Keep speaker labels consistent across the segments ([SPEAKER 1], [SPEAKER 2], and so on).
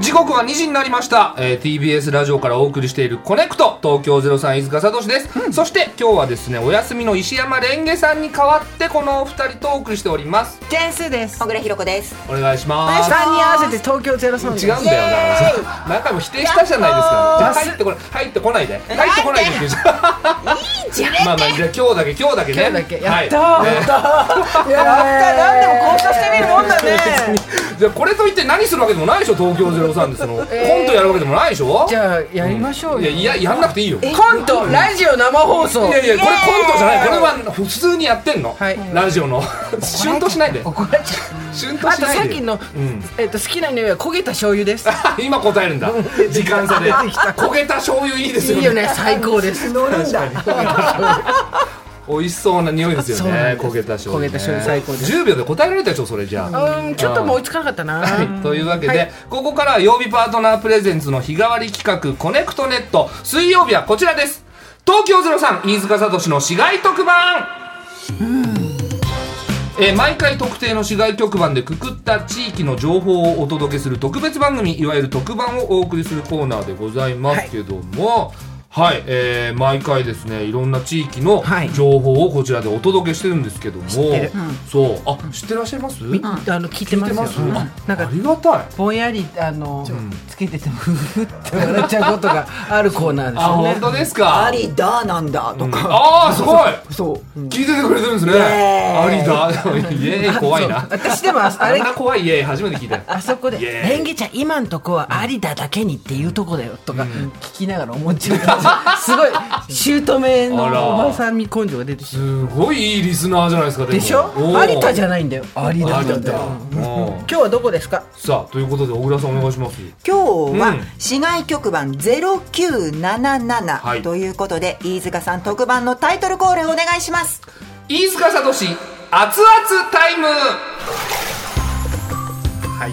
[SPEAKER 1] 時刻は2時になりました、えー TBS ラジオからお送りしている「コネクト東京03飯塚聡です、そして今日はですねお休みの石山レンゲさんに代わってこのお二人とお送りしております
[SPEAKER 2] ジェンスです
[SPEAKER 3] 小倉弘子です。
[SPEAKER 1] お願いします
[SPEAKER 2] 3に合わせて東京ゼロ三
[SPEAKER 1] 違うんだよな中も否定したじゃないですかじゃあ入ってこない入ってこないで入ってこないでって言うじゃん まあまあじゃあ今日だけ今日だけね
[SPEAKER 2] 今日だけやったー
[SPEAKER 1] はいね
[SPEAKER 2] いや何でも交渉してみるもんだね
[SPEAKER 1] じゃあこれといって何するわけでもないでしょ東京ゼロ三でその、
[SPEAKER 2] えー
[SPEAKER 1] コントやるわけでもないでしょ
[SPEAKER 2] じゃあやりましょう
[SPEAKER 1] い
[SPEAKER 2] よ、
[SPEAKER 1] やいややんなくていいよい
[SPEAKER 2] コントラジオ生放送
[SPEAKER 1] やいやこれコントじゃないこれは普通にやってんの、
[SPEAKER 2] はい
[SPEAKER 1] ラジオのシュンとしないで
[SPEAKER 2] 怒られちゃ う
[SPEAKER 1] シュンと
[SPEAKER 2] あ
[SPEAKER 1] し
[SPEAKER 2] と
[SPEAKER 1] ないで
[SPEAKER 2] さっきの、
[SPEAKER 1] うん
[SPEAKER 2] えっと好きな匂いは焦げた醤油です
[SPEAKER 1] 今答えるんだ時間差で焦げた醤油いいです
[SPEAKER 2] い
[SPEAKER 1] よ
[SPEAKER 2] いよね最 高です乗るんだ
[SPEAKER 1] 美味しそうな匂いですよ
[SPEAKER 2] そうな
[SPEAKER 1] ね
[SPEAKER 2] んです
[SPEAKER 1] 焦げた醤油、ね、
[SPEAKER 2] 焦げた醤油最高です
[SPEAKER 1] 10秒で答えられたでしょそれじゃあ、
[SPEAKER 2] うんちょっともう追いつかなかったな
[SPEAKER 1] はい、というわけで、ここからは曜日パートナープレゼンツの日替わり企画コネクトネット水曜日はこちらです東京03飯塚聡の市街特番えー毎回特定の市街局番でくくった地域の情報をお届けする特別番組いわゆる特番をお送りするコーナーでございますけども、はいえー毎回ですねいろんな地域の
[SPEAKER 2] はい
[SPEAKER 1] 情報をこちらでお届けしてるんですけども、
[SPEAKER 2] ってる
[SPEAKER 1] そうあ知ってらっしゃいます
[SPEAKER 2] みあの聞いてますようん
[SPEAKER 1] あ
[SPEAKER 2] な
[SPEAKER 1] あ
[SPEAKER 2] んか
[SPEAKER 1] りがたい
[SPEAKER 2] ぼんやりあのつけててもふふって笑っちゃうことがあるコーナーです
[SPEAKER 1] あ
[SPEAKER 2] よね
[SPEAKER 1] 本当ですか
[SPEAKER 3] ありだなんだとか。
[SPEAKER 1] あーすごい
[SPEAKER 3] そう。うん
[SPEAKER 1] 聞いててくれてるんですね
[SPEAKER 3] エー
[SPEAKER 1] あ
[SPEAKER 3] イ
[SPEAKER 1] りだ イエーイ怖いな
[SPEAKER 2] そう私でもああ
[SPEAKER 1] あ
[SPEAKER 2] れ
[SPEAKER 1] んな怖いイエーイ初めて聞いた
[SPEAKER 2] あそこで
[SPEAKER 1] イエーイ
[SPEAKER 2] 「レンゲちゃん今んとこは有田だけにっていうとこだよ」とか聞きながら思っちゃうから すごい姑
[SPEAKER 1] あら
[SPEAKER 2] のおばさんみ根性が出てきて
[SPEAKER 1] すごいいいリスナーじゃないですか
[SPEAKER 2] でしょ有田じゃないんだよ有田
[SPEAKER 1] あ
[SPEAKER 2] な
[SPEAKER 1] り
[SPEAKER 2] んだ
[SPEAKER 1] だ
[SPEAKER 2] よ今日はどこですか
[SPEAKER 1] さあということで小倉さんお願いします
[SPEAKER 3] 今日
[SPEAKER 1] う
[SPEAKER 3] は
[SPEAKER 1] ん
[SPEAKER 3] 市外局番
[SPEAKER 1] はい
[SPEAKER 3] 0977ということで、飯塚さん特番のタイトルコールお願いします。
[SPEAKER 1] 飯塚聡熱々タイムはい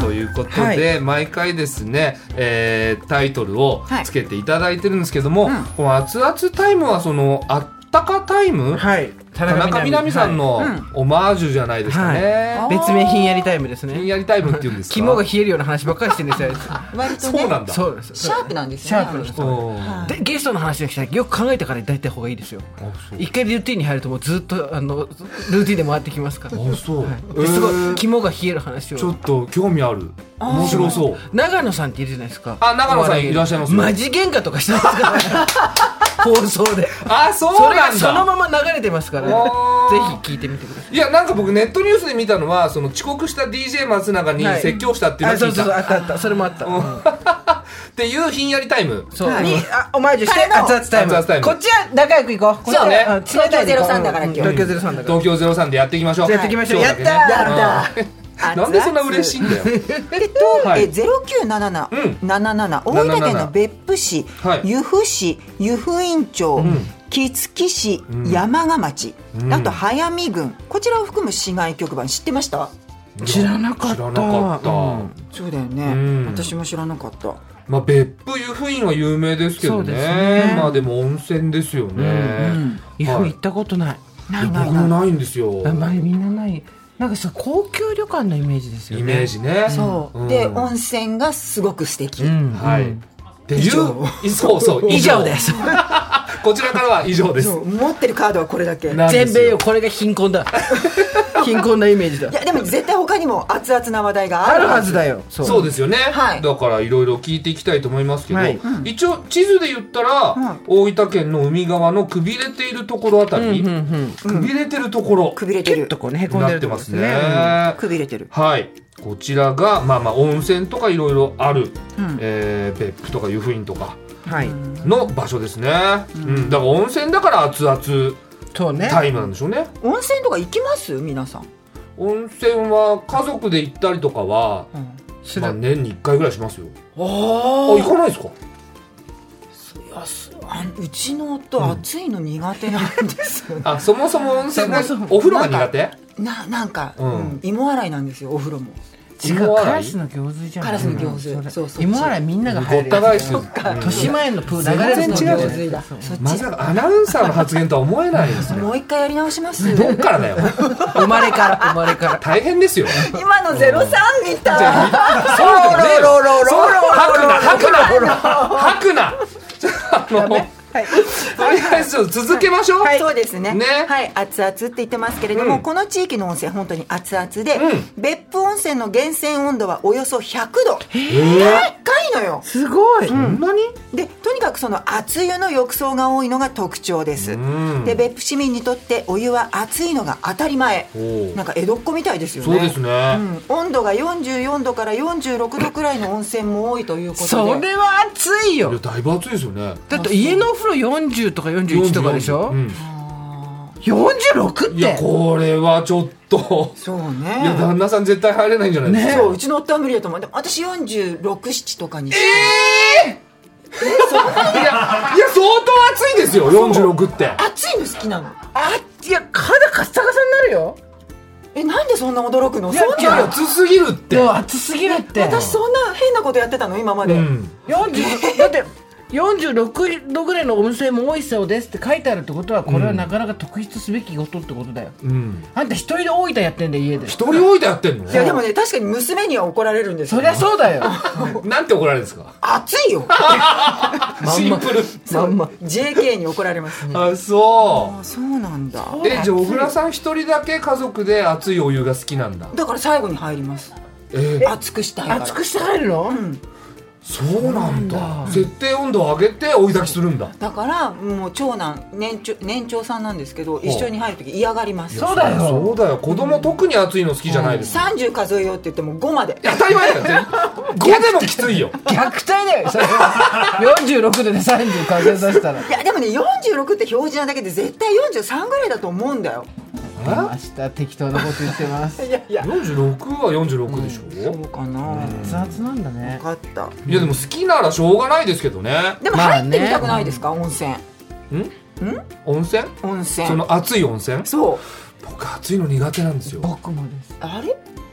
[SPEAKER 1] ということで、
[SPEAKER 2] はい
[SPEAKER 1] 毎回ですね、えータイトルを
[SPEAKER 3] はい
[SPEAKER 1] つけていただいてるんですけども、
[SPEAKER 3] うん
[SPEAKER 1] この熱々タイムはそのあったかタイム、
[SPEAKER 2] はい田
[SPEAKER 1] 田中みな実さんのオマージュじゃないですかね。
[SPEAKER 3] はい
[SPEAKER 2] 別名ひんやりタイムです
[SPEAKER 1] ひん
[SPEAKER 2] ね
[SPEAKER 1] やりタイムって言うんですか。
[SPEAKER 2] 肝が冷えるような話ばっかりしてるんですよあ
[SPEAKER 3] 割と
[SPEAKER 1] そうなん
[SPEAKER 2] い
[SPEAKER 3] ね、
[SPEAKER 2] つ
[SPEAKER 1] だ。
[SPEAKER 2] そうです
[SPEAKER 3] シャープなんです
[SPEAKER 2] シ
[SPEAKER 3] よ
[SPEAKER 2] ャ
[SPEAKER 3] ね。
[SPEAKER 2] ープの人
[SPEAKER 1] うんあ
[SPEAKER 2] でゲストの話が来たらよく考えてから抱いた方がいいですよ
[SPEAKER 1] そう
[SPEAKER 2] 一回ルーティンに入るともうずっとあのルーティンで回ってきますから
[SPEAKER 1] あそう。え
[SPEAKER 2] ですごい
[SPEAKER 1] ー
[SPEAKER 2] 肝が冷える話を
[SPEAKER 1] ちょっと興味ある。面白そう。
[SPEAKER 2] 長野さんっているじゃないですか
[SPEAKER 1] あ長野さんいらっしゃいます
[SPEAKER 2] マジ喧嘩とかしてますから 放送で
[SPEAKER 1] あそう
[SPEAKER 2] それ
[SPEAKER 1] な
[SPEAKER 2] が
[SPEAKER 1] ん
[SPEAKER 2] その
[SPEAKER 1] だ。
[SPEAKER 2] まま流れてますから、
[SPEAKER 1] おー
[SPEAKER 2] ぜひ聞いてみてください
[SPEAKER 1] いやなんか僕ネットニュースで見たのはその遅刻した DJ 松永に
[SPEAKER 2] はい
[SPEAKER 1] 説教したっていうの
[SPEAKER 2] あ
[SPEAKER 1] を聞
[SPEAKER 2] そう
[SPEAKER 1] い
[SPEAKER 2] そうそう
[SPEAKER 1] た。
[SPEAKER 2] あったあったそれもあった、うん
[SPEAKER 1] っていうひんやりタイム。
[SPEAKER 2] そう、
[SPEAKER 3] はい
[SPEAKER 2] にあお前じゅして
[SPEAKER 3] 彼の
[SPEAKER 2] 熱々タイム
[SPEAKER 1] 熱々タイム
[SPEAKER 2] こっちは仲良く行こうこっちは
[SPEAKER 3] そう
[SPEAKER 1] ね
[SPEAKER 2] うん冷たいで行こう
[SPEAKER 3] 東京03だから
[SPEAKER 2] うん
[SPEAKER 3] 今日
[SPEAKER 2] 東京ゼロ三だから
[SPEAKER 1] 東京ゼロ三でやっていきましょう。
[SPEAKER 2] じゃあやっていきましょう
[SPEAKER 1] 今日だけね
[SPEAKER 2] やった
[SPEAKER 3] ーやった
[SPEAKER 1] う
[SPEAKER 3] ー
[SPEAKER 1] ん なんでそんな嬉しいんだよ。
[SPEAKER 3] でと、
[SPEAKER 1] はい
[SPEAKER 3] え0977、77大分県の別府市、
[SPEAKER 1] はい
[SPEAKER 3] 由布市由布院町、
[SPEAKER 1] ん
[SPEAKER 3] 杵築市、
[SPEAKER 1] ん
[SPEAKER 3] 山鹿町、
[SPEAKER 1] ん
[SPEAKER 3] あと速見郡こちらを含む市外局番知ってました
[SPEAKER 2] 知らなかった
[SPEAKER 1] 知らなかった。
[SPEAKER 2] うん
[SPEAKER 3] そうだよね、
[SPEAKER 1] うん
[SPEAKER 3] 私も知らなかった
[SPEAKER 1] まあ、別府湯布院は有名ですけどね
[SPEAKER 2] そうですね
[SPEAKER 1] まあでも温泉ですよね、
[SPEAKER 2] いや
[SPEAKER 1] はい
[SPEAKER 2] 行ったことない
[SPEAKER 3] ない
[SPEAKER 1] 僕
[SPEAKER 3] ない
[SPEAKER 1] も
[SPEAKER 3] ない
[SPEAKER 1] ないんですよ
[SPEAKER 2] あんまりみんなないなんかさ高級旅館のイメージですよ
[SPEAKER 1] イ
[SPEAKER 2] ね
[SPEAKER 1] メージね
[SPEAKER 3] そう、
[SPEAKER 1] ん
[SPEAKER 3] で温泉がすごく素敵、
[SPEAKER 2] うん
[SPEAKER 1] はい、
[SPEAKER 2] うん
[SPEAKER 1] っていうそうそう
[SPEAKER 2] 以上です
[SPEAKER 1] こちらからは以上です
[SPEAKER 3] そう持ってるカードはこれだけい
[SPEAKER 1] なんで
[SPEAKER 2] 全
[SPEAKER 1] す
[SPEAKER 2] 米よこれが貧困 だ貧困なイメージだ
[SPEAKER 3] やでも絶対他にも熱々な話題が
[SPEAKER 2] あ
[SPEAKER 3] あ
[SPEAKER 2] る
[SPEAKER 3] る
[SPEAKER 2] はずだよそ
[SPEAKER 1] そうですよね、
[SPEAKER 3] はい
[SPEAKER 1] だからいろいろ聞いていきたいと思いますけど、
[SPEAKER 2] はい
[SPEAKER 1] 一応地図で言ったら、大分県の海側のくびれているところあたり、
[SPEAKER 2] うんうん
[SPEAKER 1] くびれてるところ
[SPEAKER 3] くびれ
[SPEAKER 2] キ
[SPEAKER 3] て
[SPEAKER 2] ュッ
[SPEAKER 3] る
[SPEAKER 2] とこうねへこんで
[SPEAKER 1] な
[SPEAKER 2] る
[SPEAKER 1] って
[SPEAKER 2] とこ
[SPEAKER 1] ま
[SPEAKER 2] ですす
[SPEAKER 1] ね
[SPEAKER 2] ね
[SPEAKER 3] くびれてる
[SPEAKER 1] はい、こちらがまあまあ温泉とかいろいろある、えー別府とか湯布院とか
[SPEAKER 2] うんはい
[SPEAKER 1] の場所ですね、うんだから温泉だから熱々
[SPEAKER 2] そうね
[SPEAKER 1] タイムなんでしょうね
[SPEAKER 3] 温泉とか行きます皆さん、
[SPEAKER 1] 温泉は家族で行ったりとかは、
[SPEAKER 2] す
[SPEAKER 1] まあ、
[SPEAKER 2] る
[SPEAKER 1] 年に1回ぐらいしますよあ
[SPEAKER 3] お
[SPEAKER 1] 行かないですか
[SPEAKER 3] あうちの夫暑いの苦手なんですよ、
[SPEAKER 1] あそもそも温泉が
[SPEAKER 2] そもそも
[SPEAKER 1] お風呂が苦手
[SPEAKER 3] ななんか、
[SPEAKER 1] うん
[SPEAKER 3] うん芋洗いなんですよお風呂も
[SPEAKER 2] 違う
[SPEAKER 1] 芋
[SPEAKER 2] カ
[SPEAKER 1] 洗
[SPEAKER 2] ラ
[SPEAKER 1] い
[SPEAKER 2] スの行水じゃん
[SPEAKER 4] カラスの行水
[SPEAKER 2] ん
[SPEAKER 4] そうそう
[SPEAKER 2] 芋洗いみんなが
[SPEAKER 1] ご
[SPEAKER 2] 入
[SPEAKER 1] っ
[SPEAKER 2] る
[SPEAKER 1] た
[SPEAKER 2] や
[SPEAKER 1] 返
[SPEAKER 2] つ
[SPEAKER 1] すよ
[SPEAKER 4] か
[SPEAKER 1] うん
[SPEAKER 2] 豊島園のプール流れる
[SPEAKER 1] 全
[SPEAKER 2] の
[SPEAKER 1] 然違うよね
[SPEAKER 2] 行水
[SPEAKER 4] そっち
[SPEAKER 1] まさかアナウンサーの発言とは思えないですね
[SPEAKER 3] もう一回やり直します
[SPEAKER 1] どっからだよ
[SPEAKER 2] 生まれから生まれから
[SPEAKER 1] 大変ですよ
[SPEAKER 3] 今のゼロ三み
[SPEAKER 1] じ
[SPEAKER 3] たい
[SPEAKER 1] ゃあそうでもねえよそう吐くな吐くな吐くなじゃああの
[SPEAKER 4] はい
[SPEAKER 1] とりあえずちょっと続けましょう、
[SPEAKER 3] はい、そうですね
[SPEAKER 1] ね
[SPEAKER 3] はい熱々って言ってますけれども、
[SPEAKER 1] うん
[SPEAKER 3] この地域の温泉本当に熱々で、
[SPEAKER 1] う
[SPEAKER 3] 別府温泉の源泉温度はおよそ100度高いのよ
[SPEAKER 2] すごい、
[SPEAKER 1] そんなに
[SPEAKER 3] でとにかくその熱湯の浴槽が多いのが特徴です、
[SPEAKER 1] うん
[SPEAKER 3] で別府市民にとってお湯は熱いのが当たり前
[SPEAKER 1] おう
[SPEAKER 3] なんか江戸っ子みたいですよね
[SPEAKER 1] そうですね、
[SPEAKER 3] うん、温度が44度から46度くらいの温泉も多いということで
[SPEAKER 2] それは暑い
[SPEAKER 1] い
[SPEAKER 2] よ
[SPEAKER 1] やだいぶ暑いですよね
[SPEAKER 2] だって家のお風呂40とか41とかでしょ、
[SPEAKER 1] うん
[SPEAKER 2] 46っ
[SPEAKER 1] いや
[SPEAKER 2] て
[SPEAKER 1] これはちょっと
[SPEAKER 3] そう
[SPEAKER 1] いや
[SPEAKER 3] ね
[SPEAKER 1] 旦那さん絶対入れないんじゃないですか、
[SPEAKER 3] そううちの夫は無理だと思うでも私467とかにして、
[SPEAKER 1] いやいや相当暑いですよ46って
[SPEAKER 3] 暑いの好きなの
[SPEAKER 2] あいや肌カッサカサになるよ
[SPEAKER 3] えなんでそんな驚くのそん
[SPEAKER 1] いや
[SPEAKER 3] な
[SPEAKER 1] 暑すぎるって
[SPEAKER 2] でも暑すぎるって
[SPEAKER 3] 私そんな変なことやってたの今ま
[SPEAKER 1] う
[SPEAKER 3] で、
[SPEAKER 1] ん
[SPEAKER 2] 40だって46度ぐらいの温泉も多いそうですって書いてあるってことはこれはなかなか特筆すべきことってことだよ、
[SPEAKER 1] うん
[SPEAKER 2] あんた一人で大分やってんだよ家で
[SPEAKER 1] 一人置いてやってんの
[SPEAKER 3] いやでもね確かに娘には怒られるんです
[SPEAKER 2] そ
[SPEAKER 3] よ
[SPEAKER 2] りゃそうだよ
[SPEAKER 1] なんて怒られるんですか
[SPEAKER 3] 暑 いよ
[SPEAKER 1] シンプル
[SPEAKER 3] まんま JK に怒られますね
[SPEAKER 1] あそ
[SPEAKER 3] あそうなんだ
[SPEAKER 1] うえじゃあ小倉さん一人だけ家族で熱いお湯が好きなんだ
[SPEAKER 3] だから最後に入ります
[SPEAKER 1] え
[SPEAKER 3] 熱くしたいから
[SPEAKER 2] 熱くして入るの、
[SPEAKER 1] そうなんだ設定温度を上げて追い炊きするんだ
[SPEAKER 3] だからもう長男年長年長さんなんですけど一緒に入る時嫌がります
[SPEAKER 2] そうだよ
[SPEAKER 1] そうだよ子供特に熱いの好きじゃないですか
[SPEAKER 3] 30数えようって言っても5まで
[SPEAKER 1] 当たり前だよ全然いやでもきついよ
[SPEAKER 2] 虐待だよそれは46度で30風邪出したら
[SPEAKER 3] いやでもね46って表示なだけで絶対43ぐらいだと思うんだよ
[SPEAKER 2] 明日適当なこと言ってます
[SPEAKER 3] いやいや
[SPEAKER 1] 46は46でしょ、
[SPEAKER 3] そうかな
[SPEAKER 2] 熱々なんだね
[SPEAKER 3] 分かった
[SPEAKER 1] いやでも好きならしょうがないですけどね
[SPEAKER 3] でも
[SPEAKER 2] まあ
[SPEAKER 3] 入っ
[SPEAKER 2] ね
[SPEAKER 3] てみたくないですか温泉
[SPEAKER 1] 温泉
[SPEAKER 3] 温泉
[SPEAKER 1] その熱い温泉
[SPEAKER 3] そう
[SPEAKER 1] 僕熱いの苦手なんですよ
[SPEAKER 2] 僕もです、
[SPEAKER 3] あれ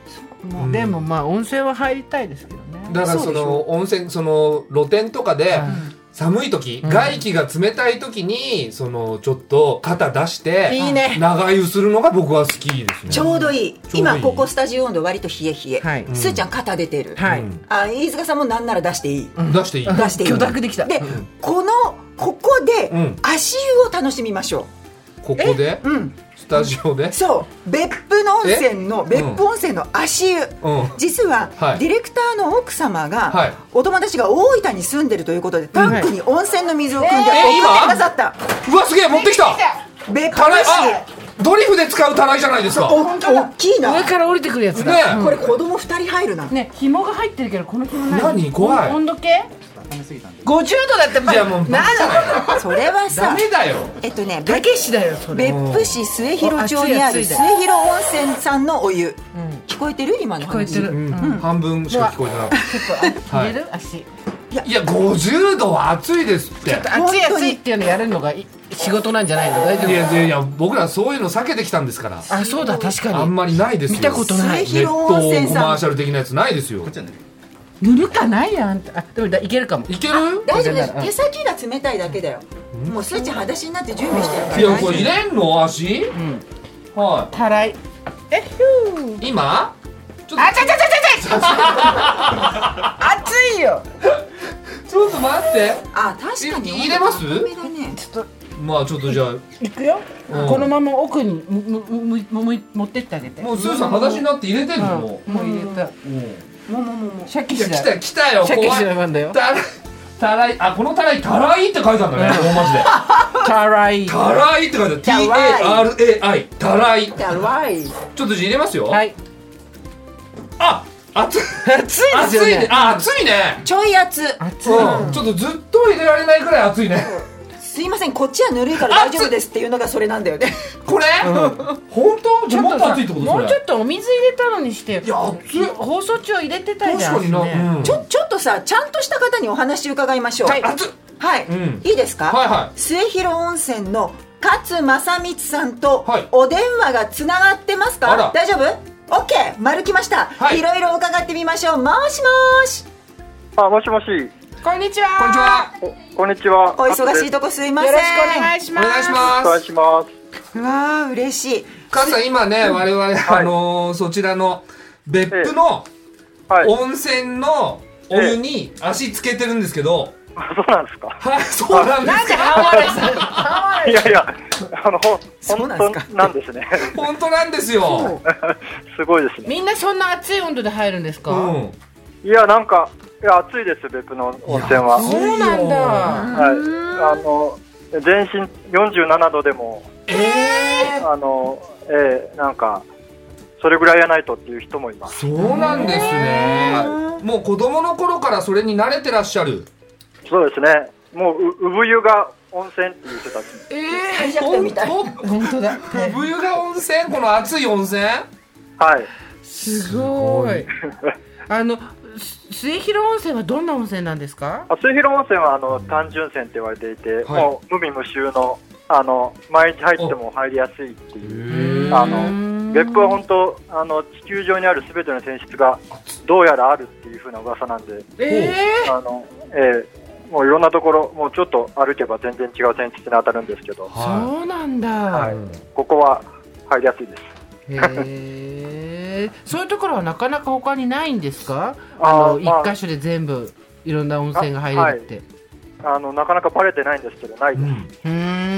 [SPEAKER 3] そうまあ
[SPEAKER 1] うん
[SPEAKER 2] でもまあ温泉は入りたいですけどね
[SPEAKER 1] だから
[SPEAKER 3] そ
[SPEAKER 1] そう
[SPEAKER 3] でしょ
[SPEAKER 1] の温泉その露天とかで
[SPEAKER 2] うん
[SPEAKER 1] 寒い時、
[SPEAKER 2] ん
[SPEAKER 1] 外気が冷たい時にそのちょっと肩出して
[SPEAKER 2] いいね
[SPEAKER 1] 長湯するのが僕は好きですね
[SPEAKER 3] ちょうどいい
[SPEAKER 1] ちょうどいい
[SPEAKER 3] 今ここスタジオ温度割と冷え冷え、
[SPEAKER 2] はい
[SPEAKER 3] すーちゃん肩出てる、
[SPEAKER 2] はい、
[SPEAKER 1] うん
[SPEAKER 3] あ飯塚さんもなんなら出していい、
[SPEAKER 1] 出していい、
[SPEAKER 3] 出していい
[SPEAKER 2] 許諾できた
[SPEAKER 3] で、このここで
[SPEAKER 1] うん
[SPEAKER 3] 足湯を楽しみましょ
[SPEAKER 1] ここで
[SPEAKER 3] ううん
[SPEAKER 1] スタジオで
[SPEAKER 3] そう別府の温泉の
[SPEAKER 1] え
[SPEAKER 3] 別府温泉の足湯、
[SPEAKER 1] うん
[SPEAKER 3] 実は
[SPEAKER 1] はい
[SPEAKER 3] ディレクターの奥様が、
[SPEAKER 1] はい
[SPEAKER 3] お友達が大分に住んでるということでタンクに温泉の水を汲んで送っ
[SPEAKER 1] えー
[SPEAKER 3] てくださった、
[SPEAKER 1] うわすげえ持ってきた
[SPEAKER 3] 別
[SPEAKER 1] たらい
[SPEAKER 3] 府
[SPEAKER 1] あ
[SPEAKER 3] 市
[SPEAKER 1] ドリフで使うたらいじゃないですか
[SPEAKER 3] お大きいな
[SPEAKER 2] 上から降りてくるやつだ、
[SPEAKER 1] ね
[SPEAKER 3] これ子供二人入るな
[SPEAKER 2] ね、紐が入ってるけどこの紐何
[SPEAKER 1] 何怖い
[SPEAKER 2] 温度計50度だって
[SPEAKER 1] いやもう
[SPEAKER 2] なんだ
[SPEAKER 3] それは
[SPEAKER 1] ダ
[SPEAKER 3] さ
[SPEAKER 1] メだよ
[SPEAKER 3] えっとね
[SPEAKER 2] たけしだよそれ
[SPEAKER 3] 別府市末広町にある
[SPEAKER 2] 熱
[SPEAKER 3] 末
[SPEAKER 2] い熱い
[SPEAKER 3] 広温泉さんのお湯、聞こえてる今
[SPEAKER 2] 聞
[SPEAKER 3] の
[SPEAKER 2] こえ
[SPEAKER 3] 話
[SPEAKER 2] てる、
[SPEAKER 1] うん
[SPEAKER 2] うん
[SPEAKER 1] 半分しか聞こえてなかった
[SPEAKER 2] ちょっとあ
[SPEAKER 1] はい
[SPEAKER 2] 入れる足ち
[SPEAKER 1] いや50度は暑いですって
[SPEAKER 2] ょっと熱い熱いっていうのやるのがい仕事なんじゃないの大
[SPEAKER 1] い
[SPEAKER 2] 丈
[SPEAKER 1] やいやいや僕らそういうの避けてきたんですから
[SPEAKER 2] 夫あそうだ確
[SPEAKER 1] あ
[SPEAKER 2] か
[SPEAKER 1] ん
[SPEAKER 2] に
[SPEAKER 1] まりないですよ
[SPEAKER 2] 見たことない
[SPEAKER 3] 末
[SPEAKER 1] ネット
[SPEAKER 3] 広
[SPEAKER 1] コ
[SPEAKER 3] 温泉
[SPEAKER 1] マ
[SPEAKER 3] さ
[SPEAKER 1] ー
[SPEAKER 3] ん
[SPEAKER 1] シャル的なやつないですよ
[SPEAKER 2] 塗るかないやんってあでもだいけるかも
[SPEAKER 1] いける
[SPEAKER 3] 大丈夫です
[SPEAKER 2] うん
[SPEAKER 3] 手先が冷たいだけだよもうスーちゃん裸足になって準備してるから
[SPEAKER 1] いやこれ入れんの足、は
[SPEAKER 2] たらいえひゅー
[SPEAKER 1] い今ちょっ
[SPEAKER 2] あちゃちゃちゃちゃちゃ熱いよ
[SPEAKER 1] とちょっと待って
[SPEAKER 3] あ確かに
[SPEAKER 1] い入れます
[SPEAKER 3] 温めだね
[SPEAKER 2] ちょっと
[SPEAKER 1] まあちょっとじゃ
[SPEAKER 2] 行くよ
[SPEAKER 1] うん
[SPEAKER 2] このまま奥にむむむむむ持ってってあげて
[SPEAKER 1] あもうスーさん裸足になって入れてんの、も
[SPEAKER 2] うんもう入れた
[SPEAKER 1] ううんい
[SPEAKER 3] もうもうもうもう
[SPEAKER 2] シャキ
[SPEAKER 1] や
[SPEAKER 2] シ
[SPEAKER 1] 来
[SPEAKER 2] だ
[SPEAKER 1] た
[SPEAKER 2] よ
[SPEAKER 1] 来たよ
[SPEAKER 2] シャ
[SPEAKER 1] 怖
[SPEAKER 2] キシだ
[SPEAKER 1] い
[SPEAKER 2] なんだよ
[SPEAKER 1] たらたらいあこのたらいたらいって書いてあるんだね大文字で
[SPEAKER 2] たらい
[SPEAKER 1] たらいって書いてある TARAI たらい
[SPEAKER 3] だわい
[SPEAKER 1] ちょっとじゃあ入れますよ、
[SPEAKER 2] はい
[SPEAKER 1] あ熱い
[SPEAKER 2] 熱いですよ
[SPEAKER 1] 熱いね
[SPEAKER 2] ね
[SPEAKER 1] あ熱いね
[SPEAKER 3] ちょい熱
[SPEAKER 2] 熱
[SPEAKER 1] うん、ちょっとずっと入れられないくらい熱いね。
[SPEAKER 3] すいませんこっちはぬるいから大丈夫ですっていうのがそれなんだよね
[SPEAKER 1] これ、本当じゃあもっと熱いってこと
[SPEAKER 2] も
[SPEAKER 1] そう
[SPEAKER 2] ちょ
[SPEAKER 1] れ。
[SPEAKER 2] っとお水入れたのにして
[SPEAKER 1] いや熱い
[SPEAKER 2] 放送中入れてた
[SPEAKER 1] 確
[SPEAKER 2] じゃん
[SPEAKER 1] かにな。うん、
[SPEAKER 3] ちょちょっとさちゃんとした方にお話伺いましょう
[SPEAKER 2] はい
[SPEAKER 1] 熱っ。
[SPEAKER 3] はい
[SPEAKER 1] うん
[SPEAKER 3] いいですか
[SPEAKER 1] はいはい
[SPEAKER 3] 末広温泉の勝正光さんと
[SPEAKER 1] はい
[SPEAKER 3] お電話がつながってます
[SPEAKER 1] あ
[SPEAKER 3] から大丈夫オッケー丸きました、
[SPEAKER 1] はい
[SPEAKER 3] いろいろ伺ってみましょうもしもし
[SPEAKER 4] あ、もしもし。
[SPEAKER 5] こんにちは。
[SPEAKER 1] こんにちは。
[SPEAKER 4] おこんにちは。
[SPEAKER 3] お忙しいとこすいません
[SPEAKER 5] よろしくお願いし
[SPEAKER 1] お
[SPEAKER 5] ます。
[SPEAKER 1] 願いし
[SPEAKER 4] お伝え
[SPEAKER 1] ます。
[SPEAKER 4] します。
[SPEAKER 3] うわー嬉しい
[SPEAKER 1] 母さん、今ね、我々、あのーそちらの別府の
[SPEAKER 4] はい。
[SPEAKER 1] 温泉のお湯に足つけてるんですけど、
[SPEAKER 4] そうなんですか。
[SPEAKER 1] はい、そうなんですか。
[SPEAKER 5] 半笑いする半笑い
[SPEAKER 4] いやいや、あの、ほん
[SPEAKER 3] そうなんですか
[SPEAKER 4] 本当なんで すね。
[SPEAKER 1] 本当なんですよ。
[SPEAKER 4] すごいですね。
[SPEAKER 2] みんなそんな熱い温度で入るんです
[SPEAKER 1] う
[SPEAKER 2] か、
[SPEAKER 1] ん。
[SPEAKER 4] いや、なんか、いや、暑いです、別府の温泉は。はい。
[SPEAKER 2] そうなんだ
[SPEAKER 4] あの、全身47度でも、
[SPEAKER 1] ええ
[SPEAKER 4] あの、えー、なんか、それぐらいやないとっていう人もいます。
[SPEAKER 1] そうなんですね。もう子供の頃からそれに慣れてらっしゃる。
[SPEAKER 4] そうですね。もう、う産湯が温泉って言ってたんです
[SPEAKER 1] え
[SPEAKER 3] 会
[SPEAKER 1] え
[SPEAKER 3] 社みたい
[SPEAKER 1] 本
[SPEAKER 2] 本当だ
[SPEAKER 1] 当。冬が温泉、この熱い温泉。
[SPEAKER 4] はい。
[SPEAKER 2] すごいあのす末広温泉はどんな温泉なんですか
[SPEAKER 4] あ末広温泉はあの単純泉って言われていて、
[SPEAKER 1] はい
[SPEAKER 4] もう無味無臭のあの毎日入っても入りやすいっていう
[SPEAKER 1] え
[SPEAKER 4] あの別府は本当あの地球上にあるすべての泉質がどうやらあるっていう風な噂なんで
[SPEAKER 2] え
[SPEAKER 4] あの、ええもういろんなところもうちょっと歩けば全然違う泉質に当たるんですけど
[SPEAKER 2] ー、
[SPEAKER 1] は
[SPEAKER 2] そうなんだ、
[SPEAKER 1] い。
[SPEAKER 4] はいここは入りやすいです
[SPEAKER 2] へえそういうところはなかなか他にないんですかあ
[SPEAKER 4] あー
[SPEAKER 2] の一、
[SPEAKER 4] まあ
[SPEAKER 2] 箇所で全部いろんな温泉が入れるって、
[SPEAKER 4] あのなかなかバレてないんですけどないうです、
[SPEAKER 1] ん。
[SPEAKER 2] うー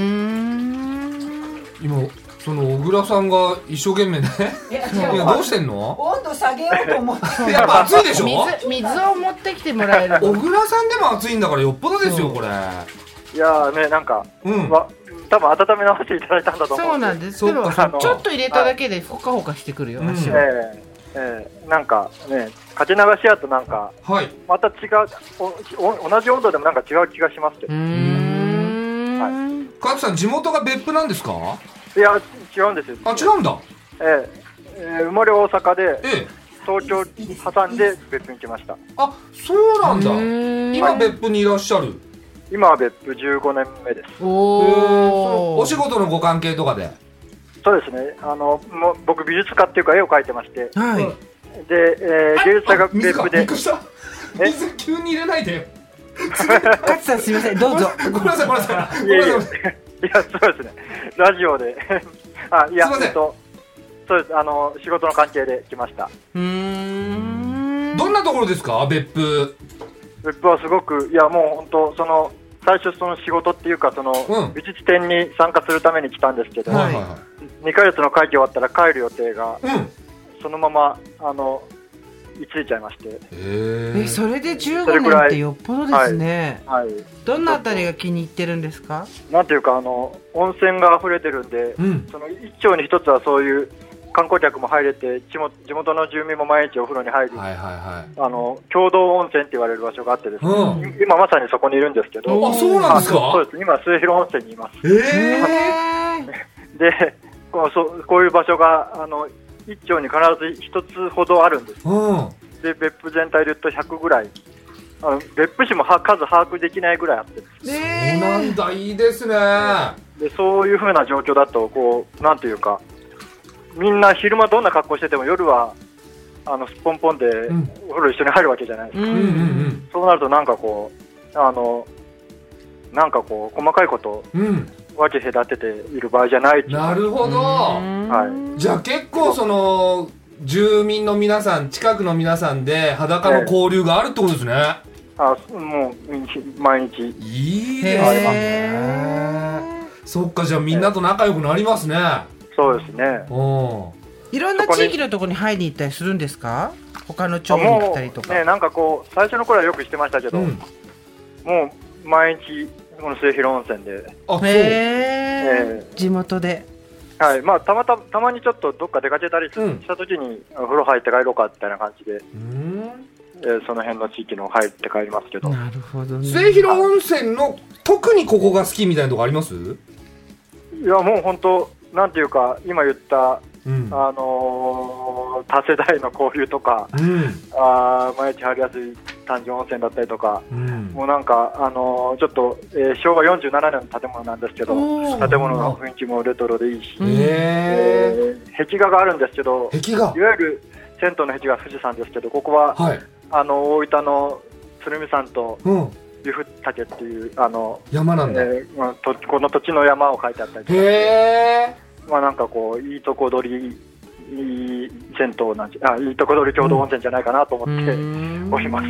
[SPEAKER 2] ん
[SPEAKER 1] 今、その小倉さんが一生懸命 ね。
[SPEAKER 3] いや
[SPEAKER 1] いや、どうしてんの。
[SPEAKER 3] 温度下げようと思って
[SPEAKER 1] やっぱ暑いでしょ
[SPEAKER 2] 水水を持ってきてもらえ る
[SPEAKER 1] 小倉さんでも暑いんだから、よっぽどですよ、これ。
[SPEAKER 4] いやーねなんか、
[SPEAKER 1] うん。
[SPEAKER 4] わ多分温め直していただいたんだと思
[SPEAKER 2] そう
[SPEAKER 4] で
[SPEAKER 2] なんです
[SPEAKER 1] そっか
[SPEAKER 2] でも
[SPEAKER 1] そっ
[SPEAKER 4] か
[SPEAKER 2] ちょっと入れただけでほかほかしてくるよ
[SPEAKER 1] うん
[SPEAKER 2] 足は、
[SPEAKER 4] ええええなんかね、かけ流しやとなんか、
[SPEAKER 1] はい。
[SPEAKER 4] また違うおお、同じ温度でもなんか違う気がしますけ
[SPEAKER 2] う
[SPEAKER 4] ど、
[SPEAKER 2] ーん
[SPEAKER 1] かつさん、地元が別府なんですか。
[SPEAKER 4] いや、違うんですよ、
[SPEAKER 1] あ、違うんだ。
[SPEAKER 4] ええええ生まれ大阪で、
[SPEAKER 1] ええ。
[SPEAKER 4] 東京挟んで別府に来ました、
[SPEAKER 1] あ、そうなんだ
[SPEAKER 2] う。ーん
[SPEAKER 1] 今別府にいらっしゃる。
[SPEAKER 4] 今は別府15年目です、
[SPEAKER 1] へえ
[SPEAKER 2] おお
[SPEAKER 1] お仕事のご関係とかで。
[SPEAKER 4] そうですね、あのもう僕、美術家っていうか、絵を描いてまして、
[SPEAKER 2] はい
[SPEAKER 4] で、ええ芸術家が
[SPEAKER 1] あ水
[SPEAKER 4] 別
[SPEAKER 1] か
[SPEAKER 4] 府
[SPEAKER 1] びっ
[SPEAKER 4] で
[SPEAKER 1] く、りした。
[SPEAKER 4] え
[SPEAKER 1] 水急に入れない で。
[SPEAKER 3] 勝さんすみませんどうぞ
[SPEAKER 1] ごめんなさい、ごめんなさい。ご
[SPEAKER 4] い
[SPEAKER 1] め
[SPEAKER 4] や い
[SPEAKER 1] ん
[SPEAKER 4] や、
[SPEAKER 1] ないさい。
[SPEAKER 4] やそうですね、ラジオで、 あいや
[SPEAKER 1] すいません、
[SPEAKER 4] えっと、そうですあの、仕事の関係で来ました。
[SPEAKER 2] うーん
[SPEAKER 1] どんなところですか、別府。
[SPEAKER 4] 別府はすごく、いやもう本当、その最初、その仕事っていうか、その
[SPEAKER 1] うん
[SPEAKER 4] 美術展に参加するために来たんですけど、
[SPEAKER 2] はい
[SPEAKER 1] は
[SPEAKER 4] 2ヶ月の会期終わったら帰る予定が、
[SPEAKER 1] い。うん。
[SPEAKER 4] そのままあの居ついちゃいまして、
[SPEAKER 1] え
[SPEAKER 2] え
[SPEAKER 1] え。
[SPEAKER 2] それで
[SPEAKER 4] そ
[SPEAKER 2] 15
[SPEAKER 4] れぐ
[SPEAKER 2] 年
[SPEAKER 4] らい
[SPEAKER 2] ってよっぽどですね、
[SPEAKER 4] はい、
[SPEAKER 2] どんなあたりが気に入ってるんですか
[SPEAKER 4] なんていうかあの、温泉が溢れてるんで、
[SPEAKER 1] うん。
[SPEAKER 4] その一丁に一つはそういう観光客も入れて、地元地元の住民も毎日お風呂に入る。
[SPEAKER 1] はいはいはい。
[SPEAKER 4] あの共同温泉って言われる場所があってですね、
[SPEAKER 1] うん
[SPEAKER 4] い今まさにそこにいるんですけど、
[SPEAKER 1] あそうなんですか
[SPEAKER 4] あそうです今、末広温泉にいます。
[SPEAKER 1] え
[SPEAKER 2] へー
[SPEAKER 4] で こうそうこういう場所があの一丁に必ず一つほどあるんです
[SPEAKER 1] え。うん。
[SPEAKER 4] で別府全体で言うと100ぐらいあの別府市もは数把握できないぐらいあって
[SPEAKER 1] そうなんだ、いいですね。あ
[SPEAKER 4] でそういうふうな状況だとこうなんていうかみんな昼間どんな格好してても夜はあのすっぽんぽんで、
[SPEAKER 1] ん
[SPEAKER 4] お風呂一緒に入るわけじゃないですか、
[SPEAKER 2] う
[SPEAKER 1] うんうんん
[SPEAKER 4] そうなるとなんかこうあのなんかこう細かいこと
[SPEAKER 1] うん。うん。
[SPEAKER 4] 分け隔てている場合じゃないっていう
[SPEAKER 1] なるほど。
[SPEAKER 4] は
[SPEAKER 1] じゃあ結構その住民の皆さん近くの皆さんで裸の交流があるってことですね、
[SPEAKER 4] あもううん毎日
[SPEAKER 1] いい
[SPEAKER 2] へ
[SPEAKER 1] ですね
[SPEAKER 2] ー
[SPEAKER 1] そっかじゃあみんなと仲良くなりますね
[SPEAKER 4] そうですね
[SPEAKER 1] うん
[SPEAKER 2] いろんな地域のところに入りに行ったりするんですか他の町に行ったりとか、
[SPEAKER 4] もうね、なんかこう、最初の頃はよくしてましたけど、
[SPEAKER 1] うん
[SPEAKER 4] もう毎日、この末広温泉で、
[SPEAKER 1] あそうへ
[SPEAKER 2] へー
[SPEAKER 4] え
[SPEAKER 2] 地元で
[SPEAKER 4] はいまあ、たまたたまにちょっとどっか出かけたりし
[SPEAKER 1] うん
[SPEAKER 4] したときに、お風呂入って帰ろうかみたいな感じで、
[SPEAKER 1] うん
[SPEAKER 4] えーその辺の地域の入って帰りますけど、
[SPEAKER 2] なるほどね
[SPEAKER 1] 末広温泉の特にここが好きみたいなとこあります
[SPEAKER 4] いや、もう本当、なんていうか、今言った、
[SPEAKER 1] うん
[SPEAKER 4] あのー多世代の交流とか、
[SPEAKER 1] うん
[SPEAKER 4] あー毎日入りやすい単純温泉だったりとか、
[SPEAKER 1] うん
[SPEAKER 4] もうなんか、あのーちょっと、えー昭和47年の建物なんですけど、
[SPEAKER 2] おー
[SPEAKER 4] 建物の雰囲気もレトロでいいし。
[SPEAKER 2] うん
[SPEAKER 1] へえ
[SPEAKER 4] えー壁画があるんですけど、
[SPEAKER 1] 壁画
[SPEAKER 4] いわゆる銭湯の壁画は富士山ですけど、ここは、
[SPEAKER 1] はい
[SPEAKER 4] あの大分の鶴見山と
[SPEAKER 1] うん
[SPEAKER 4] 湯布岳っていうあの、
[SPEAKER 1] 山なんだ、
[SPEAKER 4] えーまあ、とこの土地の山を書いてあったりとか、
[SPEAKER 1] へえ
[SPEAKER 4] まあ、なんかこういいとこ取りいい銭湯なんじゃあいいとこ取り共同温泉じゃないかなと思っております。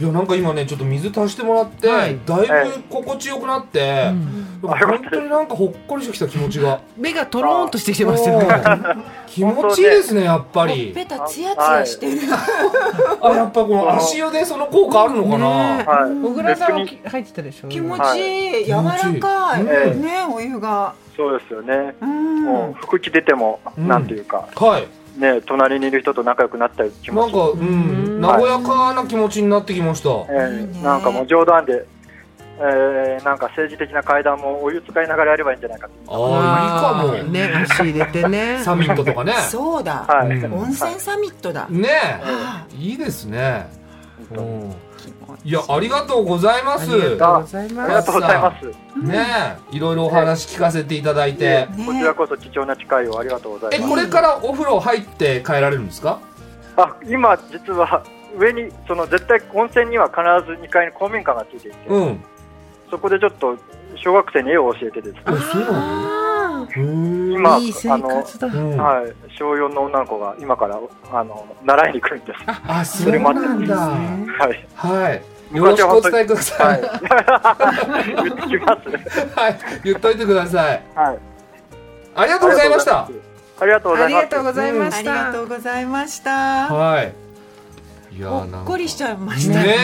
[SPEAKER 1] いやなんか今ねちょっと水足してもらって、
[SPEAKER 2] はい
[SPEAKER 1] だいぶ心地よくなって、なんか本当になんかほっこりしてきた気持ちが
[SPEAKER 2] 目がトローンとしてきてますよ
[SPEAKER 1] お
[SPEAKER 2] ね
[SPEAKER 1] ー気持ちいいですねやっぱり
[SPEAKER 3] ペタツヤツヤしてる。
[SPEAKER 1] あやっぱこの足湯でその効果あるのかな、
[SPEAKER 2] ね
[SPEAKER 4] はい、
[SPEAKER 2] 小倉さんは
[SPEAKER 4] 別
[SPEAKER 2] き
[SPEAKER 4] に
[SPEAKER 2] 入ってたでしょ
[SPEAKER 3] 気持
[SPEAKER 2] 今
[SPEAKER 3] ちいい、柔らかい、
[SPEAKER 4] はい
[SPEAKER 3] ね、お湯が。
[SPEAKER 4] そうですよね、
[SPEAKER 3] うん。
[SPEAKER 4] もう服着てても、
[SPEAKER 1] うん
[SPEAKER 4] なんていうか、
[SPEAKER 1] はい
[SPEAKER 4] ね、隣にいる人と仲良くなった気
[SPEAKER 1] な
[SPEAKER 4] 持
[SPEAKER 1] ん
[SPEAKER 4] ち、
[SPEAKER 1] かうん和やかな気持ちになってきました、
[SPEAKER 4] えー
[SPEAKER 3] いいね
[SPEAKER 4] なんかもう冗談で、えーなんか政治的な会談もお湯使いながらやればいいんじゃないかと、
[SPEAKER 1] ああいいかも、
[SPEAKER 2] ね足入れてね
[SPEAKER 1] サミットとかね
[SPEAKER 3] そうだ、
[SPEAKER 4] はい
[SPEAKER 1] うん
[SPEAKER 3] 温泉サミットだ。
[SPEAKER 1] ね
[SPEAKER 3] あ
[SPEAKER 1] えいいですね、
[SPEAKER 4] う
[SPEAKER 1] うんん、いやありがとうございま
[SPEAKER 2] あ
[SPEAKER 1] す
[SPEAKER 2] りがとうござい
[SPEAKER 4] あ
[SPEAKER 2] ま
[SPEAKER 4] り
[SPEAKER 2] す
[SPEAKER 4] がとうございます。
[SPEAKER 1] ねえいろいろお話聞かせていただいて、
[SPEAKER 3] ね
[SPEAKER 4] こちらこそ貴重な機会をありがとうござ
[SPEAKER 1] え
[SPEAKER 4] いま
[SPEAKER 1] これからお風呂入って帰られるんですか
[SPEAKER 4] す。あ、今実は上にその絶対温泉には必ず2階に公民館がついていて、
[SPEAKER 1] うん
[SPEAKER 4] そこでちょっと小学生に絵を教えてですね。
[SPEAKER 1] あそうな
[SPEAKER 3] あー
[SPEAKER 1] のへ
[SPEAKER 4] 今
[SPEAKER 2] いい生
[SPEAKER 4] あの。
[SPEAKER 2] 活だ
[SPEAKER 1] えうん
[SPEAKER 4] はい、小4の女の子が今からあの習いに来るんです。
[SPEAKER 1] あそうなんだ
[SPEAKER 4] はい、
[SPEAKER 1] はいよろしくお伝えくださ
[SPEAKER 4] はいい、 言ってきます。
[SPEAKER 1] はい言っといてください
[SPEAKER 4] はい、
[SPEAKER 1] ありが
[SPEAKER 4] あ
[SPEAKER 1] とうございました。
[SPEAKER 4] ありがとうござ
[SPEAKER 5] あ
[SPEAKER 4] い
[SPEAKER 5] り
[SPEAKER 4] ま
[SPEAKER 5] が
[SPEAKER 4] す。
[SPEAKER 5] とうございま
[SPEAKER 3] あ
[SPEAKER 5] し
[SPEAKER 3] りが
[SPEAKER 5] た。
[SPEAKER 3] とうございました。
[SPEAKER 1] はいいや
[SPEAKER 3] ほ
[SPEAKER 1] ーなん
[SPEAKER 3] っ
[SPEAKER 1] か
[SPEAKER 3] こりしちゃいました
[SPEAKER 1] ね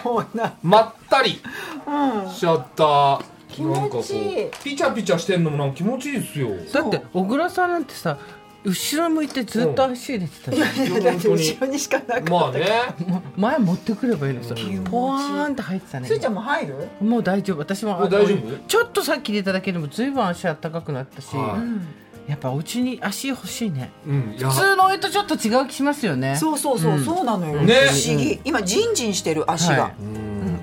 [SPEAKER 1] え
[SPEAKER 3] もうな
[SPEAKER 1] まったり
[SPEAKER 3] うん。
[SPEAKER 1] しちゃった
[SPEAKER 3] 気持ちいい
[SPEAKER 1] なんかこうピチャピチャしてんのもなんか気持ちいいですよ
[SPEAKER 2] だって小倉さんなんてさ後ろ向いてずっと足入れてたじゃん
[SPEAKER 3] だって後ろにしかなかった。
[SPEAKER 1] まあね
[SPEAKER 2] もう前持ってくればいいのさ
[SPEAKER 3] うん
[SPEAKER 2] ポワーンって入ってたね
[SPEAKER 3] すーちゃんも入る？
[SPEAKER 2] もう大丈夫私も
[SPEAKER 1] もう大丈夫
[SPEAKER 2] ちょっとさっき入れただけでもずいぶん足あったかくなったし、
[SPEAKER 1] は
[SPEAKER 3] うん。
[SPEAKER 2] やっぱお家に足欲しいね
[SPEAKER 1] うんいや
[SPEAKER 2] 普通のお湯とちょっと違う気しますよね
[SPEAKER 3] そうそうそう、
[SPEAKER 2] うん
[SPEAKER 3] そうなのよ。
[SPEAKER 1] ね
[SPEAKER 3] 不思議。今ジンジンしてる足が、
[SPEAKER 2] はいう
[SPEAKER 3] うん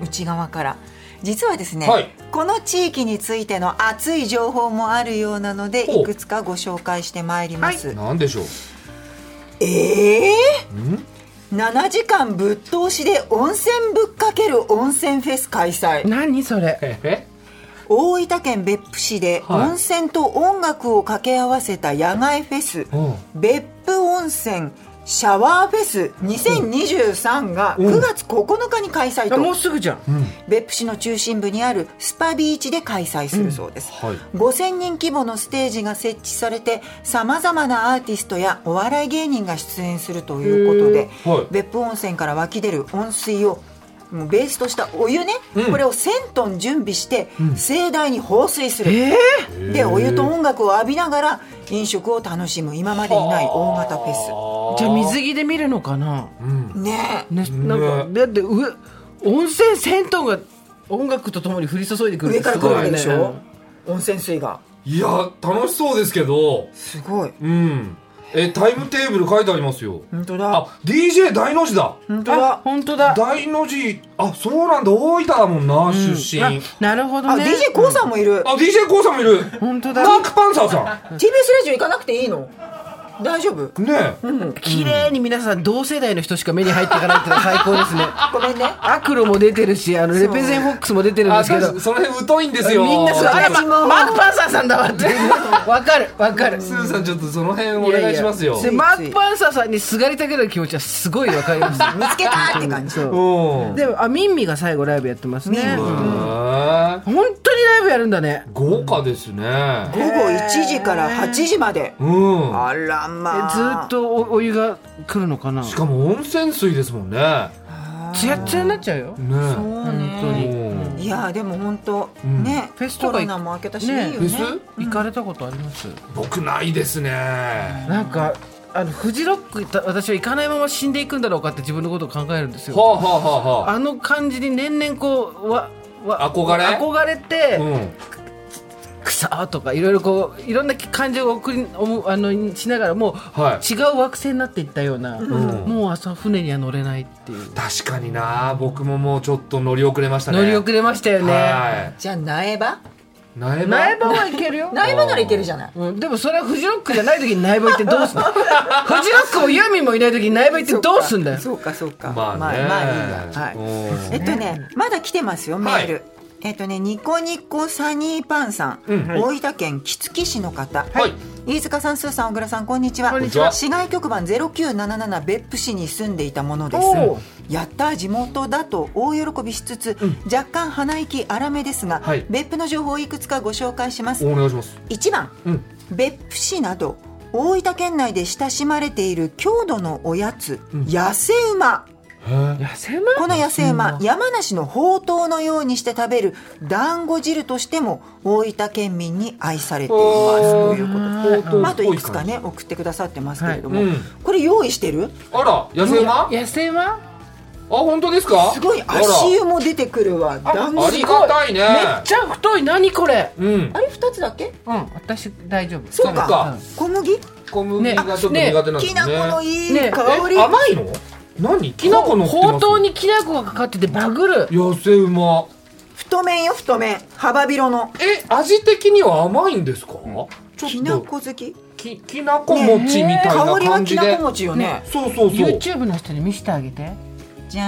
[SPEAKER 1] ん
[SPEAKER 3] 内側から。実はですね、
[SPEAKER 1] はい
[SPEAKER 3] この地域についての熱い情報もあるようなので
[SPEAKER 1] ほう
[SPEAKER 3] いくつかご紹介してまいります、
[SPEAKER 1] なんでしょう
[SPEAKER 3] え
[SPEAKER 1] ん
[SPEAKER 3] え7時間ぶっ通しで温泉ぶっかける温泉フェス開催
[SPEAKER 2] 何それ
[SPEAKER 1] へへ
[SPEAKER 3] 大分県別府市で
[SPEAKER 1] はい
[SPEAKER 3] 温泉と音楽を掛け合わせた野外フェス、
[SPEAKER 1] うん
[SPEAKER 3] 別府温泉シャワーフェス2023が
[SPEAKER 1] うん
[SPEAKER 3] 9月9日に開催
[SPEAKER 2] あもう
[SPEAKER 3] と
[SPEAKER 2] すぐじゃん
[SPEAKER 1] うん
[SPEAKER 3] 別府市の中心部にあるスパビーチで開催するそうです、
[SPEAKER 1] はい
[SPEAKER 3] 5000人規模のステージが設置されてさまざまなアーティストやお笑い芸人が出演するということで、
[SPEAKER 1] へーはい
[SPEAKER 3] 別府温泉から湧き出る温水をもうベースとしたお湯ね、
[SPEAKER 1] うん
[SPEAKER 3] これを1000トン準備して盛大に放水する、
[SPEAKER 2] え
[SPEAKER 3] でお湯と音楽を浴びながら飲食を楽しむ今までにない大型フェ
[SPEAKER 1] ェ
[SPEAKER 2] じゃあ水着で見るのかな
[SPEAKER 1] うん
[SPEAKER 3] スねえ
[SPEAKER 2] ねなんか、だって上温泉銭湯が音楽とともに降り注いでくる
[SPEAKER 3] 上から来るわけでし
[SPEAKER 2] すごい
[SPEAKER 3] ょ
[SPEAKER 2] ね
[SPEAKER 3] 温泉水が
[SPEAKER 1] いや楽しそうですけど
[SPEAKER 3] すごい
[SPEAKER 1] うんえタイムテーブル書いてありますよ
[SPEAKER 3] 本当だ
[SPEAKER 1] あ DJ 大の字だ
[SPEAKER 3] 本当
[SPEAKER 2] あ
[SPEAKER 3] だ
[SPEAKER 2] 本当だ
[SPEAKER 1] 大の字あそうなんだ大分だもんな出身
[SPEAKER 2] あなるほ
[SPEAKER 3] あ
[SPEAKER 2] どね
[SPEAKER 3] DJ コウさんもいる、
[SPEAKER 1] あ DJ コウさんもいる
[SPEAKER 2] 本当
[SPEAKER 1] ダ
[SPEAKER 2] だ
[SPEAKER 1] ークパンサーさ
[SPEAKER 3] TBS ラジオ行かなくていいの大丈夫
[SPEAKER 1] んねえ
[SPEAKER 2] 綺麗に皆さん同世代の人しか目に入っていかないっていうのは最高ですね
[SPEAKER 3] ごめんね
[SPEAKER 2] アクロも出てるしあのレペゼンフォックスも出てるんですけど
[SPEAKER 1] 確かにその辺疎いんですよ
[SPEAKER 2] みんなそうあれマ
[SPEAKER 3] 私も
[SPEAKER 2] マーク・パンサーさんだわっていう わかるわかる
[SPEAKER 1] スーさんちょっとその辺お願いしますよ
[SPEAKER 2] いやいやでマーク・パンサーさんにすがりたくなる気持ちはすごいわかり ます
[SPEAKER 3] 見つけたって感じ
[SPEAKER 2] そう
[SPEAKER 1] うん
[SPEAKER 2] でもあミンミが最後ライブやってますね
[SPEAKER 1] へ
[SPEAKER 2] うん
[SPEAKER 1] え
[SPEAKER 2] 本当にライブやるんだね
[SPEAKER 1] 豪華ですね
[SPEAKER 3] 午後1時から8時まで
[SPEAKER 1] うん
[SPEAKER 3] あら
[SPEAKER 2] え
[SPEAKER 3] まあ
[SPEAKER 2] ずーっとおお湯が来るのかな
[SPEAKER 1] しかも温泉水ですもんね
[SPEAKER 2] ツヤッツヤになっちゃうよ
[SPEAKER 1] ねえ
[SPEAKER 3] そう
[SPEAKER 2] 本当に
[SPEAKER 3] ね
[SPEAKER 1] うん
[SPEAKER 3] いやでも本当
[SPEAKER 1] ん
[SPEAKER 3] ね
[SPEAKER 2] フェスと
[SPEAKER 3] コ
[SPEAKER 2] か
[SPEAKER 3] ロ
[SPEAKER 2] 行く
[SPEAKER 3] ナも明けたしいい
[SPEAKER 2] ね
[SPEAKER 3] よ
[SPEAKER 1] フェ
[SPEAKER 3] ね
[SPEAKER 1] ス
[SPEAKER 2] 行かれたことあります
[SPEAKER 1] 僕ないですね
[SPEAKER 2] なんかあのフジロック行った私は行かないまま死んでいくんだろうかって自分のことを考えるんです
[SPEAKER 1] はあ
[SPEAKER 2] よ
[SPEAKER 1] はあはあは
[SPEAKER 2] あの感じに年々こうわわ
[SPEAKER 1] 憧れ
[SPEAKER 2] 憧れて、
[SPEAKER 1] あうん
[SPEAKER 2] くそーとかいろいろこういろんな感情を送り思うあのしながらもう、
[SPEAKER 1] はい
[SPEAKER 2] 違う惑星になっていったような、もう朝船には乗れないっていう
[SPEAKER 1] 確かにな僕ももうちょっと乗り遅れましたね
[SPEAKER 2] 乗り遅れましたよね
[SPEAKER 1] は
[SPEAKER 3] じゃあ苗場
[SPEAKER 1] い苗場
[SPEAKER 2] 苗場はいけるよ、
[SPEAKER 3] 苗場ならいけるじゃない
[SPEAKER 2] うん、でもそれはフジロックじゃない時に苗場行って どうすんのフジロックもユーミンもいない時に苗場行ってどうすんだよ
[SPEAKER 3] そうかそうか
[SPEAKER 1] まあね、
[SPEAKER 3] まあいいやはい
[SPEAKER 1] うん
[SPEAKER 3] えっとね、まだ来てますよ、メール。
[SPEAKER 1] はい
[SPEAKER 3] えっとね、ニコニコサニーパンさん、
[SPEAKER 1] うん
[SPEAKER 3] 大分県杵築市の方、
[SPEAKER 1] はい
[SPEAKER 3] 飯塚さん、スーさん、小倉さん、こんにちは。
[SPEAKER 1] こんにちは
[SPEAKER 3] 市外局番0977別府市に住んでいたものです
[SPEAKER 2] おう。
[SPEAKER 3] やったー地元だと大喜びしつつ、若干鼻息荒めですが、
[SPEAKER 1] はい
[SPEAKER 3] 別府の情報をいくつかご紹介します。
[SPEAKER 1] お願いします。
[SPEAKER 3] 1番、
[SPEAKER 1] うん
[SPEAKER 3] 別府市など大分県内で親しまれている郷土のおやつ、野生馬。
[SPEAKER 2] 痩せま
[SPEAKER 3] この野生馬、山梨のほうとうのようにして食べる団子汁としても大分県民に愛されていますという
[SPEAKER 1] ほう
[SPEAKER 3] こと
[SPEAKER 1] と
[SPEAKER 3] で、
[SPEAKER 1] う
[SPEAKER 3] まあ、あと
[SPEAKER 1] っぽ
[SPEAKER 3] い
[SPEAKER 1] い
[SPEAKER 3] くつかね送ってくださってますけれども、
[SPEAKER 1] うん。
[SPEAKER 3] これ用意してる
[SPEAKER 1] あら、野生馬？あ、
[SPEAKER 2] 野生は
[SPEAKER 1] 本当ですか？
[SPEAKER 3] すごい
[SPEAKER 1] あら
[SPEAKER 3] 足湯も出てくるわ団
[SPEAKER 1] あ
[SPEAKER 3] 子
[SPEAKER 1] り
[SPEAKER 3] 汁
[SPEAKER 1] がたいね。
[SPEAKER 2] めっちゃ太い何これ
[SPEAKER 1] うん
[SPEAKER 3] あ。れ二つだけ
[SPEAKER 2] うん私大丈夫
[SPEAKER 3] そうか
[SPEAKER 1] そっか
[SPEAKER 3] 小麦
[SPEAKER 1] 小麦がちょっと苦手なんですね。
[SPEAKER 3] きな粉のいい
[SPEAKER 2] ね
[SPEAKER 3] 香り、
[SPEAKER 1] え甘いの？何？き
[SPEAKER 2] き
[SPEAKER 1] な
[SPEAKER 2] な
[SPEAKER 1] 粉
[SPEAKER 2] こ
[SPEAKER 1] の
[SPEAKER 2] の
[SPEAKER 1] って
[SPEAKER 2] ほ
[SPEAKER 1] ま
[SPEAKER 2] う
[SPEAKER 1] す
[SPEAKER 2] とうにきなこがかかっててバグる
[SPEAKER 1] 野生馬。
[SPEAKER 3] 太麺よ太麺幅広の
[SPEAKER 1] え、味的には甘いんですか？ちょ
[SPEAKER 3] き
[SPEAKER 1] っ
[SPEAKER 3] な
[SPEAKER 1] と
[SPEAKER 3] 粉好き
[SPEAKER 1] ききなこ餅みたい
[SPEAKER 3] 香
[SPEAKER 1] な
[SPEAKER 3] りは
[SPEAKER 1] 感
[SPEAKER 3] き
[SPEAKER 1] じ
[SPEAKER 3] な
[SPEAKER 1] で
[SPEAKER 3] こ。餅よね
[SPEAKER 2] ね
[SPEAKER 1] そうそうそう。
[SPEAKER 2] YouTube の人に見せてあげて
[SPEAKER 3] じゃ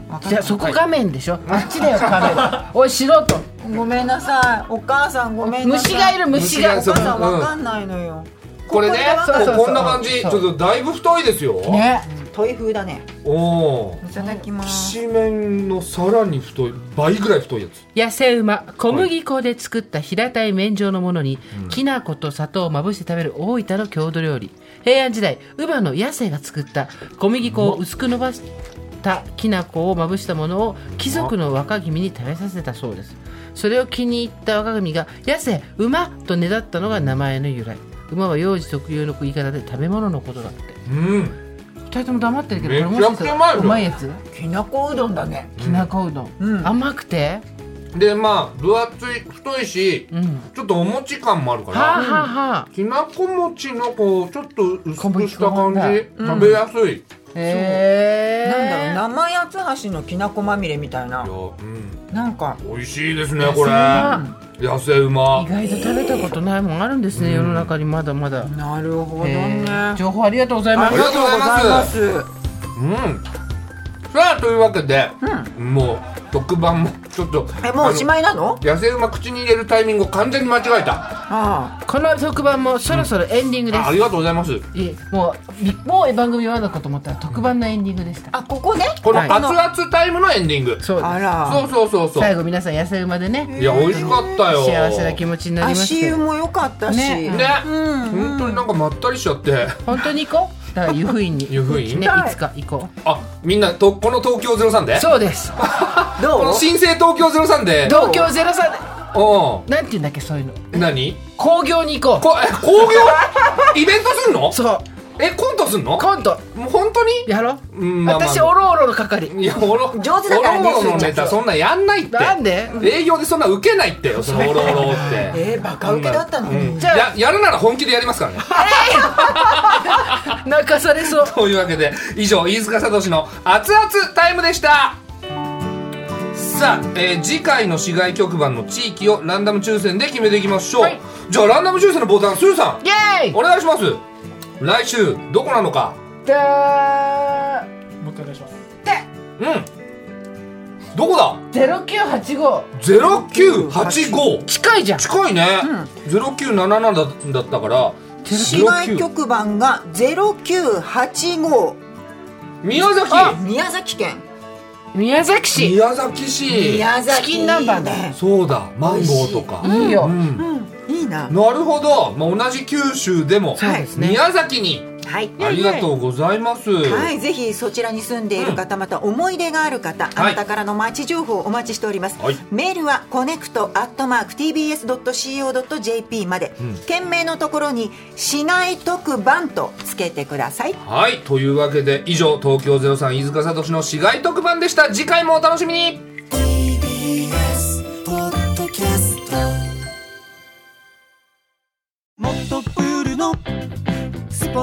[SPEAKER 3] ーんわか
[SPEAKER 2] じゃあ
[SPEAKER 3] った
[SPEAKER 2] そこ画面でしょあっちだよ画面おい素人
[SPEAKER 3] ごめんなさいお母さんごめんなさい
[SPEAKER 2] 虫がいる虫
[SPEAKER 1] 虫が
[SPEAKER 2] が
[SPEAKER 3] お母さんわかんないのよ。
[SPEAKER 1] これね
[SPEAKER 2] そうそう、そう
[SPEAKER 1] こんな感じ。ちょっとだいぶ太いですよ。
[SPEAKER 2] ね
[SPEAKER 3] トイ風だね。
[SPEAKER 1] おお。
[SPEAKER 3] いただきます。
[SPEAKER 1] 七面のさらに太い倍ぐらい太いやつ。
[SPEAKER 2] 野生馬小麦粉で作った平たい麺状のものに、きな粉と砂糖をまぶして食べる大分の郷土料理平安時代乳母の野生が作った小麦粉を薄く伸ばしたきな粉をまぶしたものを貴族の若君に食べさせたそうですそれを気に入った若君が野生馬とねだったのが名前の由来馬は幼児特有の言い方で食べ物のことだって
[SPEAKER 1] うん。
[SPEAKER 2] 二人とも黙ってるけど
[SPEAKER 1] めちゃ
[SPEAKER 2] これもしかした
[SPEAKER 1] くち
[SPEAKER 2] ら
[SPEAKER 1] ゃう
[SPEAKER 2] う
[SPEAKER 1] ま
[SPEAKER 2] ま
[SPEAKER 1] い
[SPEAKER 2] いやつ
[SPEAKER 3] きなこうどんだね。
[SPEAKER 2] きなこうどん、
[SPEAKER 3] うん
[SPEAKER 2] 甘くて
[SPEAKER 1] でまあ分厚い太いし、
[SPEAKER 2] うん
[SPEAKER 1] ちょっとお餅感もあるか
[SPEAKER 2] はあ、
[SPEAKER 1] ら。
[SPEAKER 2] はあはあ
[SPEAKER 1] きなこ餅のこうちょっと薄くした感
[SPEAKER 2] 小麦粉
[SPEAKER 1] じ
[SPEAKER 2] ね、
[SPEAKER 1] 食べやすい。い
[SPEAKER 2] へ
[SPEAKER 3] なんだろう
[SPEAKER 2] え
[SPEAKER 3] 生八つ橋のきなこまみれみたいな
[SPEAKER 1] や、。うん。
[SPEAKER 3] なんか
[SPEAKER 1] 美味しいですねこれ。
[SPEAKER 2] 野
[SPEAKER 1] 野生馬
[SPEAKER 2] 意。外と食べたことないもんあるんですね、世の中にまだまだ、
[SPEAKER 3] なるほど
[SPEAKER 2] へ
[SPEAKER 3] ね。
[SPEAKER 2] え情報ありがとうございま
[SPEAKER 1] あり
[SPEAKER 2] す
[SPEAKER 1] がとうございます
[SPEAKER 3] ありがとうございます。
[SPEAKER 1] うん。さあというわけで、もう特番もちょっと。
[SPEAKER 3] えもうおし
[SPEAKER 1] い。
[SPEAKER 3] まいなの？
[SPEAKER 1] 野生馬口に入れるタイミングを完全に間違えた。
[SPEAKER 3] あ
[SPEAKER 2] この特番もそろそろエンディングです、
[SPEAKER 1] あありがとうございます。
[SPEAKER 2] いえもうびもう番組終わるのかと思ったら特番のエンディングでした、
[SPEAKER 3] あ。あここね。
[SPEAKER 1] この
[SPEAKER 2] はい
[SPEAKER 1] 熱々タイムのエンディング。
[SPEAKER 2] そうです
[SPEAKER 3] あら。
[SPEAKER 1] そうそうそうそう。
[SPEAKER 2] 最後皆さん野生馬でね
[SPEAKER 1] いや美味しかったよ。
[SPEAKER 2] 幸せな気持ちになりま
[SPEAKER 3] 足
[SPEAKER 2] し
[SPEAKER 3] 湯
[SPEAKER 2] て
[SPEAKER 3] も良かったし。
[SPEAKER 2] ね
[SPEAKER 1] ね、
[SPEAKER 3] うんうん
[SPEAKER 1] 本当になんかまったりしちゃって。
[SPEAKER 2] 本当に行こうだ から湯布院に
[SPEAKER 1] 湯布院
[SPEAKER 2] ねいつか行こ
[SPEAKER 1] あ、みんなとこの東京ゼロ三で
[SPEAKER 2] う。そうです
[SPEAKER 1] こ
[SPEAKER 3] ど
[SPEAKER 1] の
[SPEAKER 3] う？
[SPEAKER 1] 新生東京ゼロ三で。
[SPEAKER 2] 東京ゼロさ
[SPEAKER 1] う
[SPEAKER 2] なんて言うんだっけそういうの
[SPEAKER 1] ん。何？
[SPEAKER 2] 工業に行こ
[SPEAKER 1] こえ工業？ イベントすんの
[SPEAKER 2] う？そう
[SPEAKER 1] えコントすんの？
[SPEAKER 2] コント
[SPEAKER 1] もう本当に？
[SPEAKER 2] やろう、
[SPEAKER 1] うんまあまあ
[SPEAKER 2] 私おろおろの係
[SPEAKER 1] いやおろ
[SPEAKER 3] 上手だからね
[SPEAKER 1] おろおろのネタそんなやんないって。
[SPEAKER 2] なんで
[SPEAKER 1] 営業でそんな受けないってよそのおろおろって。
[SPEAKER 3] えー、バカ受けだったのに。
[SPEAKER 1] じ
[SPEAKER 2] じ
[SPEAKER 1] ゃ
[SPEAKER 2] ゃ
[SPEAKER 1] あ
[SPEAKER 2] あ
[SPEAKER 1] ややるなら本気でやりますからね。
[SPEAKER 2] 泣かされそう
[SPEAKER 1] というわけで以上飯塚聡の熱々タイムでしたさあ、えー次回の市外局番の地域をランダム抽選で決めていきましょう、
[SPEAKER 2] はい
[SPEAKER 1] じゃあランダム抽選のボタンスーさん
[SPEAKER 2] イエーイ
[SPEAKER 1] お願いします来週どこなのか
[SPEAKER 6] もう一回お願いします
[SPEAKER 1] うんどこだ
[SPEAKER 2] ゼロ九八五
[SPEAKER 1] 0985
[SPEAKER 2] 近いじゃん。
[SPEAKER 1] 近いね、0977だったから
[SPEAKER 3] 市外局番が0985
[SPEAKER 1] 宮崎
[SPEAKER 3] 宮崎県
[SPEAKER 2] 宮崎市。
[SPEAKER 1] 宮崎市
[SPEAKER 3] 宮崎
[SPEAKER 2] チキン南蛮だ
[SPEAKER 3] ね
[SPEAKER 1] そうだマンゴーとか
[SPEAKER 2] いいうよ。
[SPEAKER 1] ん
[SPEAKER 3] うんいいな
[SPEAKER 1] なるほど、まあ、同じ九州でも、
[SPEAKER 2] そうですね
[SPEAKER 1] 宮崎に
[SPEAKER 3] はい
[SPEAKER 1] ありがとうございます。
[SPEAKER 3] はい、ぜひそちらに住んでいる方、また思い出がある方、あなたからの街情報をお待ちしております。
[SPEAKER 1] はい
[SPEAKER 3] メールはコネクトアットマーク TBS ドット CO ドット JP まで、
[SPEAKER 1] ん
[SPEAKER 3] 件名のところに市内特番とつけてください。
[SPEAKER 1] はい、というわけで以上東京ゼロ飯塚聡の市街特番でした。次回もお楽しみに。
[SPEAKER 7] もっとプールのスポ